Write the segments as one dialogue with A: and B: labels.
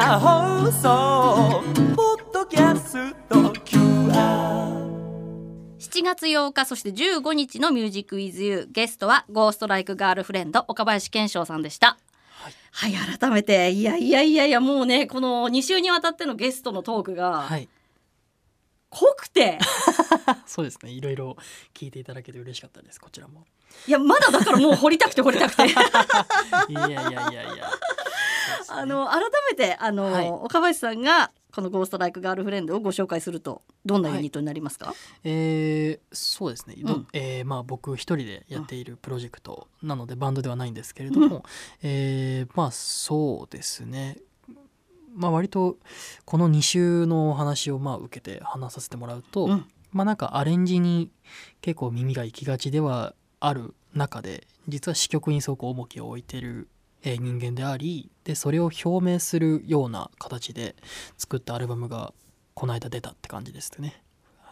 A: 放送ポッドキャスト QR
B: 7月8日そして15日の「ミュージックイズユーゲストは「ゴーストライクガールフレンド岡林健翔さんでした。はい、改めていやいやいやいやもうねこの2週にわたってのゲストのトーク
C: は
B: が
C: い
B: 濃くて、
C: そうですねいろいろ聞いていただけて嬉しかったですこちらも
B: い、やまだだからもう掘りたくて掘りたく て
C: いやいやいやいや
B: あの改めてあの、
C: はい
B: 岡林さんがこの「ゴーストライクガールフレンド」をご紹介するとどんなユニットになりますか、
C: えーそうですね、ど
B: うん
C: えーまあ、僕一人でやっているプロジェクトなのでバンドではないんですけれども、えーまあそうですねまあ割とこの2週のお話をまあ受けて話させてもらうと、
B: うん
C: まあなんかアレンジに結構耳が行きがちではある中で実は詞曲にすごく重きを置いてるえー人間でありでそれを表明するような形で作ったアルバムがこの間出たって感じですね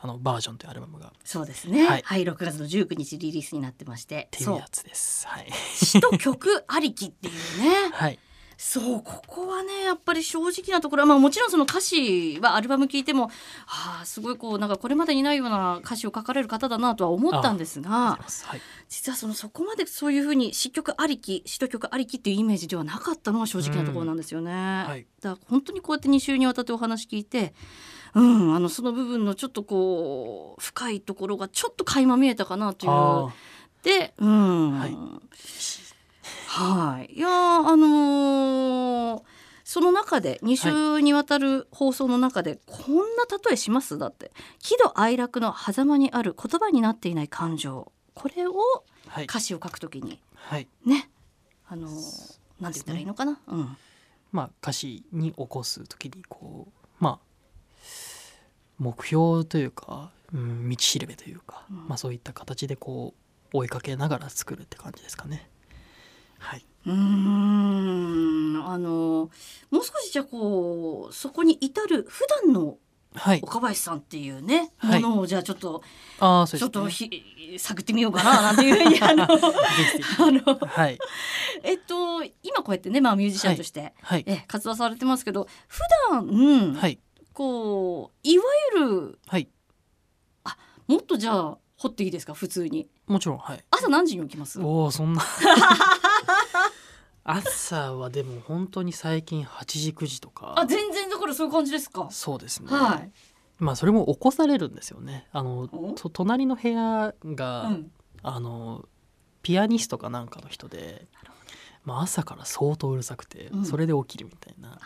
C: あのバージョンというアルバムがっ
B: そうですねは、
C: はいい
B: 6月の19日リリースになってまして
C: ていう
B: そう
C: やつですはい、
B: 詩と曲ありきっていうね
C: はい、
B: そうここはねやっぱり正直なところは、まあ、もちろんその歌詞はアルバム聴いてもあーすごいこうなんかこれまでにないような歌詞を書かれる方だなとは思ったんですが
C: はい、
B: 実はそのそこまでそういうふうに詩曲ありき詩と曲ありきっていうイメージではなかったのは正直なところなんですよね。
C: はい
B: だから本当にこうやって2週にわたってお話聞いて、うん、あのその部分のちょっとこう深いところがちょっと垣間見えたかなという
C: あ
B: で、うん、は
C: はいい、
B: い、やーあのーその中で2週にわたる放送の中で、こんな例えしますだって喜怒哀楽の狭間にある言葉になっていない感情これを
C: ーはい
B: 歌詞を書くときに
C: はい
B: ねあのーなんて言ったらいいのかな、うん、
C: まあ歌詞に起こす時にこうまあ目標というか、うん、道しるべというか、
B: ん
C: まあそういった形でこう追いかけながら作るって感じですかねはい、
B: うーんあのーもう少しじゃあこうそこに至る普段の
C: はい、
B: 岡林さんっていうね、
C: はい
B: ものをじゃあちょっと
C: ああそう
B: ちょっと
C: ですね
B: ひ探ってみようかな なんていうふうにあの
C: ぜひぜ
B: あの
C: ひはい
B: えっと今こうやってね、まあ、ミュージシャンとして、
C: はい
B: え活動されてますけど普段、うん
C: はい
B: こういわゆる
C: はい
B: もっとじゃあ掘っていいですか普通に
C: もちろんはい
B: 朝何時に起きます
C: おおそんな朝はでも本当に最近8時9時と
B: あ
C: か
B: 全然だからそういう感じですか
C: そうですね、
B: はい
C: まあそれも起こされるんですよねあの
B: お
C: と隣の部屋が、
B: うん
C: あのピアニストかなんかの人で
B: なるほ、
C: まあ、朝から相当うるさくて、
B: うん
C: それで起きるみたいな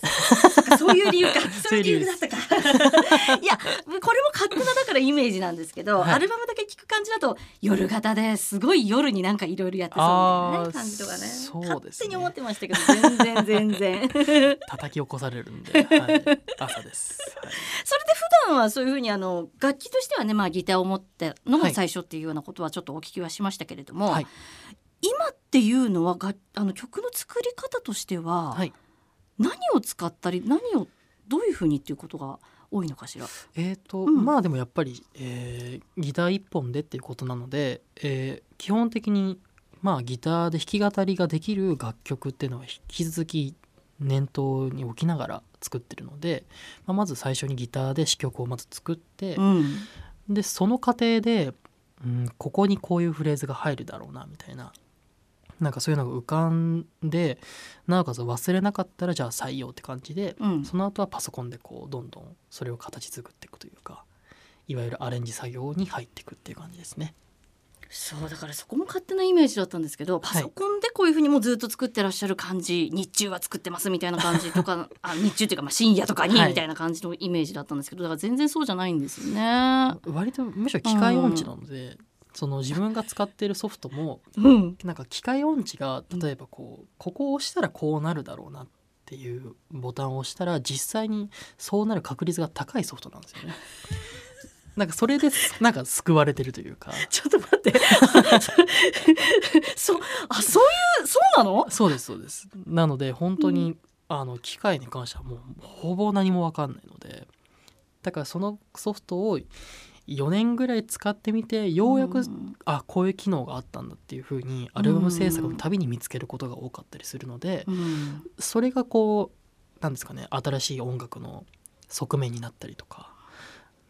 B: そっかそういう 理由かそう
C: う
B: い
C: いうう理
B: 理由
C: 由
B: だ
C: で
B: ったか いやこれも勝手なだからイメージなんですけど、
C: はい
B: アルバムだけ聞く感じだと夜型ですごい夜になんかいろいろやってそうみたいな、
C: あ
B: ね、
C: ー
B: 感じとかね
C: そうですね
B: 勝手に思ってましたけど全然全 然それで
C: 叩き起こされるん で、はい、朝です、はい
B: 普段はそういうふうにあの楽器としてはね、まあ、ギターを持ってのが最初っていうようなことはちょっとお聞きはしましたけれども、
C: はい
B: 今っていうのはがあの曲の作り方としては、
C: はい
B: 何を使ったり何をどういうふうにっていうことが多いのかしら。
C: えーと
B: うん
C: まあでもやっぱり、えーギター一本でっていうことなので、えー基本的に、まあ、ギターで弾き語りができる楽曲っていうのは引き続き念頭に置きながら作ってるので、まあ、まず最初にギターで詞曲をまず作って、
B: うん
C: でその過程で、うん、ここにこういうフレーズが入るだろうなみたいななんかそういうのが浮かんでなおかつ忘れなかったらじゃあ採用って感じで、
B: うん
C: その後はパソコンでこうどんどんそれを形作っていくというかいわゆるアレンジ作業に入っていくっていう感じですね。
B: そうだからそこも勝手なイメージだったんですけどパソコンでこういうふうにもうずっと作ってらっしゃる感じ、日中は作ってますみたいな感じと かあ日中っていうかまあ深夜とかに
C: はい
B: みたいな感じのイメージだったんですけどだから全然そうじゃないんですよね。
C: 割とむしろ機械音痴なので、その自分が使っているソフトも
B: うん、
C: なんか機械音痴が例えばこうここを押したらこうなるだろうなっていうボタンを押したら実際にそうなる確率が高いソフトなんですよね。なんかそれでなんか救われてるというか
B: ちょっと待って そあそういうそうなの
C: そうですそうですなので本当に、あの機械に関してはもうほぼ何も分かんないのでだからそのソフトを4年ぐらい使ってみてようやく、
B: ん
C: あこういう機能があったんだっていう風にアルバム制作のたびに見つけることが多かったりするので、
B: うん
C: それがこうなんですかね新しい音楽の側面になったりとか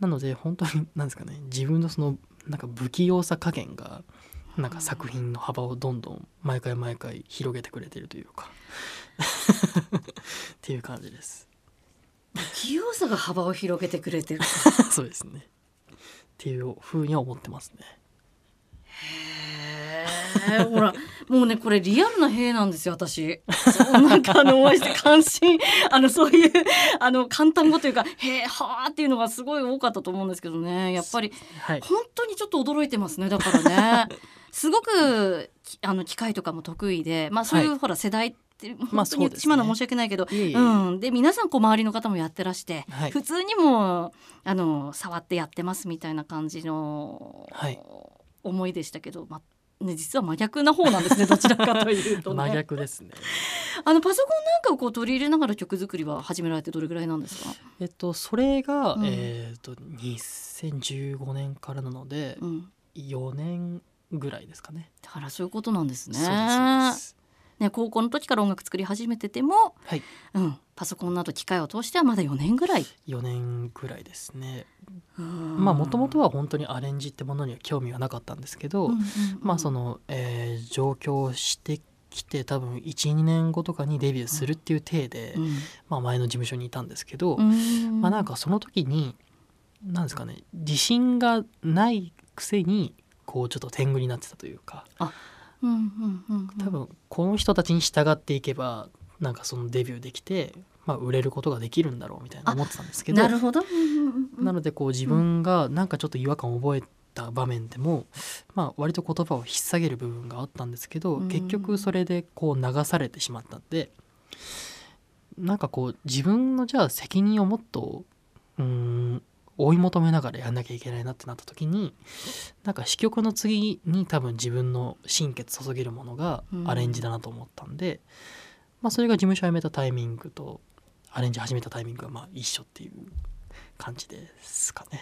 C: なので本当に なんですかね自分のそのなんか不器用さ加減がなんか作品の幅をどんどん毎回毎回広げてくれてるというか っていう感じです
B: 器用さが幅を広げてくれてる
C: そうですねっていうふうには思ってますね
B: へえほらもうねこれリアルな兵なんですよ私そうなんかあのお会いして関心 あのそういうあの簡単語というか「へえはあ」っていうのがすごい多かったと思うんですけどねやっぱり
C: はい
B: 本当にちょっと驚いてますねだ からねすごくきあの機械とかも得意でまあそういう、
C: は
B: ほら世代って
C: ま
B: 本
C: あ
B: 当
C: そ
B: に
C: う
B: 言っ
C: ですね
B: てしまうのは申し訳ないけど、
C: いえいえ
B: うん、で皆さんこう周りの方もやってらして、
C: はい
B: 普通にもうあの触ってやってますみたいな感じの、
C: はい
B: 思いでしたけど、まね、実は真逆な方なんです ねどちらかというと、ね、
C: 真逆ですね
B: あのパソコンなんかをこう取り入れながら曲作りは始められてどれぐらいなんですか、
C: えっとそれが、
B: うん
C: えっと2015年からなので
B: うん、
C: 4年ぐらいですかね
B: だからそういうことなんですね。
C: そうですそうです
B: ね、高校の時から音楽作り始めてても、
C: はい
B: うん、パソコンなど機械を通してはまだ4年ぐらい。
C: 4年ぐらいですね
B: ま
C: まあもともと
B: は、
C: は本当にアレンジってものには興味がなかったんですけど、
B: うんうんうん
C: まあその、えー上京してきて多分12年後とかにデビューするっていう体で、
B: うん
C: まあ、前の事務所にいたんですけど、
B: うん
C: まあなんかその時になんですかね自信がないくせにこうちょっと天狗になってたというか
B: うんうんうんうん
C: 多分この人たちに従っていけばなんかそのデビューできて、まあ、売れることができるんだろうみたいな思ってたんですけど
B: なるほど。うんうんうん
C: なのでこう自分がなんかちょっと違和感を覚えた場面でも、まあ、割と言葉を引っ提げる部分があったんですけど、
B: うん
C: 結局それでこう流されてしまったんでなんかこう自分のじゃあ責任をもっとうーん追い求めながらやんなきゃいけないなってなった時になんか支局の次に多分自分の心血注げるものがアレンジだなと思ったんで、まあ、それが事務所を辞めたタイミングとアレンジ始めたタイミングがまあ一緒っていう感じですかね。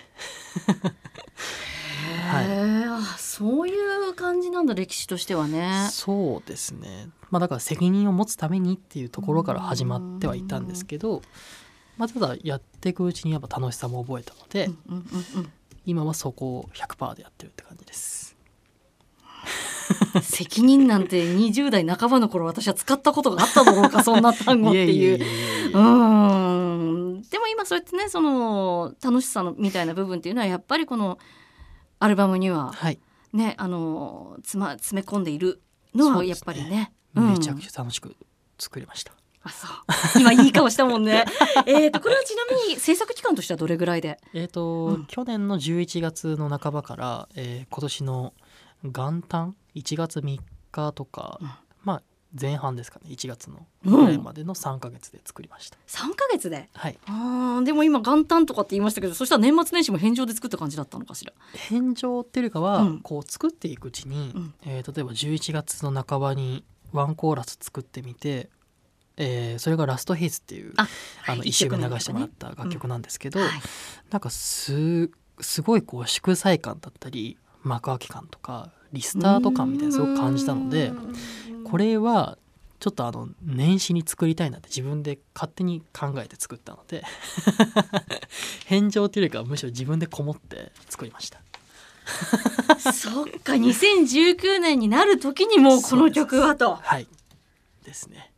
C: はい
B: へえあそういう感じなんだ歴史としてはね。
C: そうですね、まあ、だから責任を持つためにっていうところから始まってはいたんですけど、まあ、ただやっていくうちにやっぱ楽しさも覚えたので、
B: うんうんうん
C: 今はそこを100%でやってるって感じ です。
B: うん責任なんて20代半ばの頃私は使ったことがあっただろうかそんな単語っていう。うーんでも今そうやってねその楽しさのみたいな部分っていうのはやっぱりこのアルバムには
C: はい、
B: ねあのつま詰め込んでいるの
C: そう
B: は
C: ですね
B: やっぱりね。うん
C: めちゃくちゃ楽しく作れました。
B: あそう今いい顔したもんね。えっとこれはちなみに制作期間としてはどれぐらいで。
C: えっ、と、
B: うん
C: 去年の11月の半ばから、えー今年の元旦1月3日とか、
B: うん
C: まあ前半ですかね1月の
B: うん
C: ぐらいまでの3ヶ月で作りました。
B: 三ヶ月で。
C: はい、
B: あーでも今元旦とかって言いましたけどそしたら年末年始も返上で作った感じだったのかしら。
C: 返上っていうよりかは、
B: うん
C: こう作っていくうちに、
B: うん
C: えー例えば11月の半ばにワンコーラス作ってみて、えーそれが「ラストヘイズ」っていう
B: あ
C: あの1週間流してもらった楽曲なんですけど、
B: はい
C: なんかすすごいこう祝祭感だったり幕開け感とかリスタート感みたいなのすごく感じたのでこれはちょっとあの年始に作りたいなって自分で勝手に考えて作ったので 返上というよりかはむしろ自分でこもって作りました。
B: そっか2019年になる時にもうこの曲はと。
C: はいですね。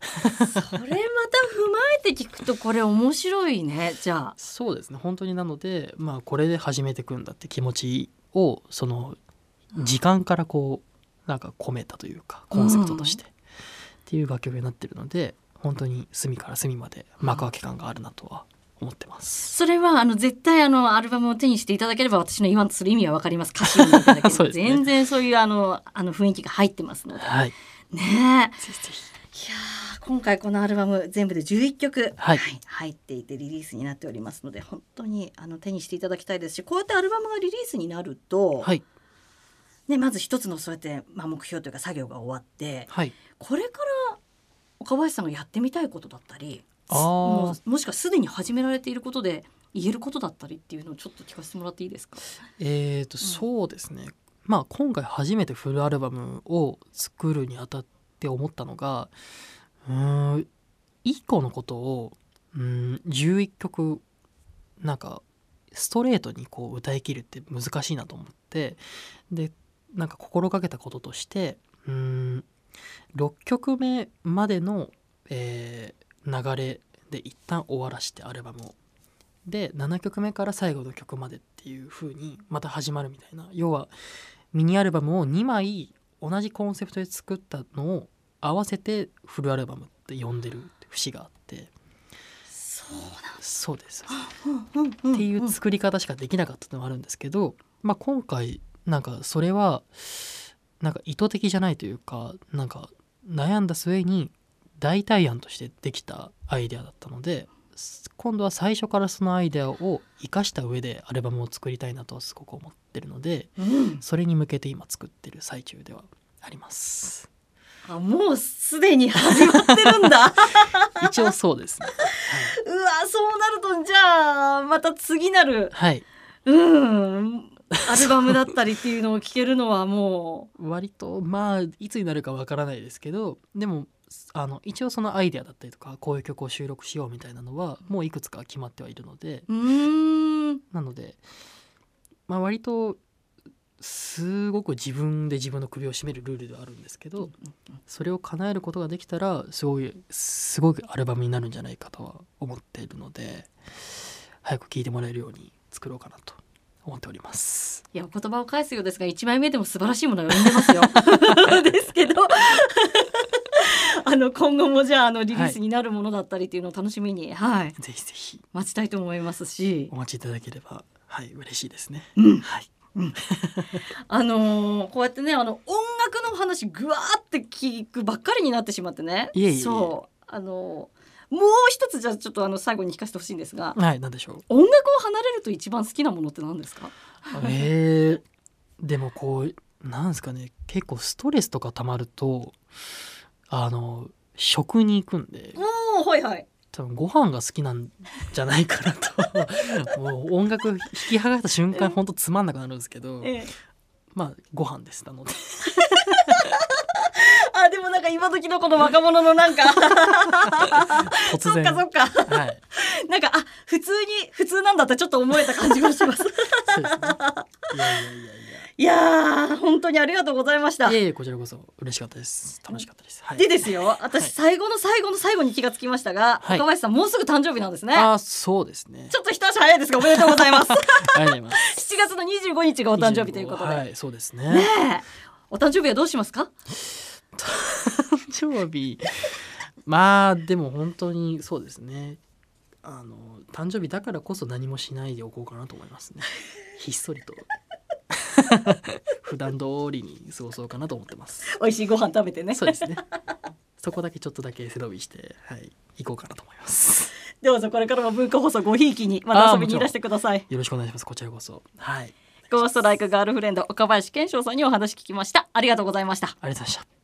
B: それまた踏まえて聞くとこれ面白いねじゃあ。
C: そうですね本当になので、まあ、これで始めていくんだって気持ちをその時間からこうなんか込めたというかコンセプトとして、っていう楽曲になってるので本当に隅から隅まで幕開け感があるなとは思ってます。
B: それはあの絶対あのアルバムを手にしていただければ私の言わんとする意味はわかります歌詞を見ていただけ れ
C: そうで
B: ば
C: すね
B: 全然そういうあのあの雰囲気が入ってますので
C: はい、
B: ねえいや
C: ぜひぜひ
B: ー今回このアルバム全部で11曲、
C: はい
B: 入っていてリリースになっておりますので本当にあの手にしていただきたいですしこうやってアルバムがリリースになると、
C: はい
B: ね、まず一つのそうやって、まあ、目標というか作業が終わって
C: はい
B: これから岡林さんがやってみたいことだったり
C: あー
B: もうもしくはすでに始められていることで言えることだったりっていうのをちょっと聞かせてもらっていいですか
C: えー、と、そうですねまあ今回初めてフルアルバムを作るにあたって思ったのがうーん以降のことをうん11曲なんかストレートにこう歌い切るって難しいなと思ってでなんか心がけたこととしてうん6曲目までの、えー流れで一旦終わらしてアルバムを。で7曲目から最後の曲までっていう風にまた始まるみたいな要はミニアルバムを2枚同じコンセプトで作ったのを合わせてフルアルバムって呼んでる節があってそうですっていう作り方しかできなかったのもあるんですけど、まあ、今回なんかそれはなんか意図的じゃないというかなんか悩んだ末に代替案としてできたアイデアだったので今度は最初からそのアイデアを生かした上でアルバムを作りたいなとはすごく思ってるので
B: うん
C: それに向けて今作ってる最中ではあります。
B: あもうすでに始まってるんだ
C: 一応そうですね。
B: うわそうなるとじゃあまた次なる
C: はい、
B: うんアルバムだったりっていうのを聞けるのはも
C: 割とまあいつになるかわからないですけどでもあの一応そのアイデアだったりとかこういう曲を収録しようみたいなのはもういくつか決まってはいるので
B: ううーん
C: なので、まあ、割とすごく自分で自分の首を絞めるルールではあるんですけどそれを叶えることができたらすごいすごくアルバムになるんじゃないかとは思っているので早く聴いてもらえるように作ろうかなと思っております。
B: いやお言葉を返すようですが1枚目でも素晴らしいものが読んでますよ。 ですけどあの今後もじゃああのリリースになるものだったりっていうのを楽しみに、はい
C: ぜひぜひ
B: 待ちたいと思いますし
C: お待ちいただければはい嬉しいですね。
B: うん
C: はい、
B: あのーこうやってねあの音楽の話ぐわーって聞くばっかりになってしまってね
C: いえいえいえ
B: そうあのーもう一つじゃあちょっとあの最後に聞かせてほしいんですが
C: はい、なんでしょう。
B: 音楽を離れると一番好きなものって何ですか
C: えー、でもこうなんですかね結構ストレスとか溜まるとあの食に行くんで
B: おーはいはい
C: 多分ご飯が好きなんじゃないかな ともう音楽引き剥がした瞬間ほんとつまんなくなるんですけど
B: ええ
C: まあご飯ですな ので
B: あでもなんか今時のこの若者のなんか
C: 突
B: そっ
C: 然
B: かそっか
C: はい
B: なんかあ普通に普通なんだってちょっと思えた感じがします
C: そうですねいやいやいやい
B: いやー本当にありがとうございました
C: やいえいえこちらこそ嬉しかったです楽しかったです、はい、
B: でですよ私
C: はい
B: 最後の最後の最後に気がつきましたが、
C: はい
B: 若林さんもうすぐ誕生日なんですね
C: あーそうですね
B: ちょっと一足早いですがおめでとうござ います7
C: ありがとうございます
B: 月の25日がお誕生日ということで、
C: はい、そうですね。
B: ねえお誕生日はどうしますか
C: 誕生日。まあ、でも本当にそうですね。あの、誕生日だからこそ何もしないでおこうかなと思いますね。ひっそりと。普段通りに過ごそうかなと思って ます。
B: 美味しいご飯食べてね
C: そうですね。そこだけちょっとだけ背伸びして、はい、行こうかなと思います。
B: どうぞこれからも文化放送ごひいきにまた遊びにいらしてください
C: よろしくお願いします。こちらこそ。はい。
B: ゴーストライクガールフレンド岡林健翔さんにお話聞きましたありがとうございました
C: ありがとうございました。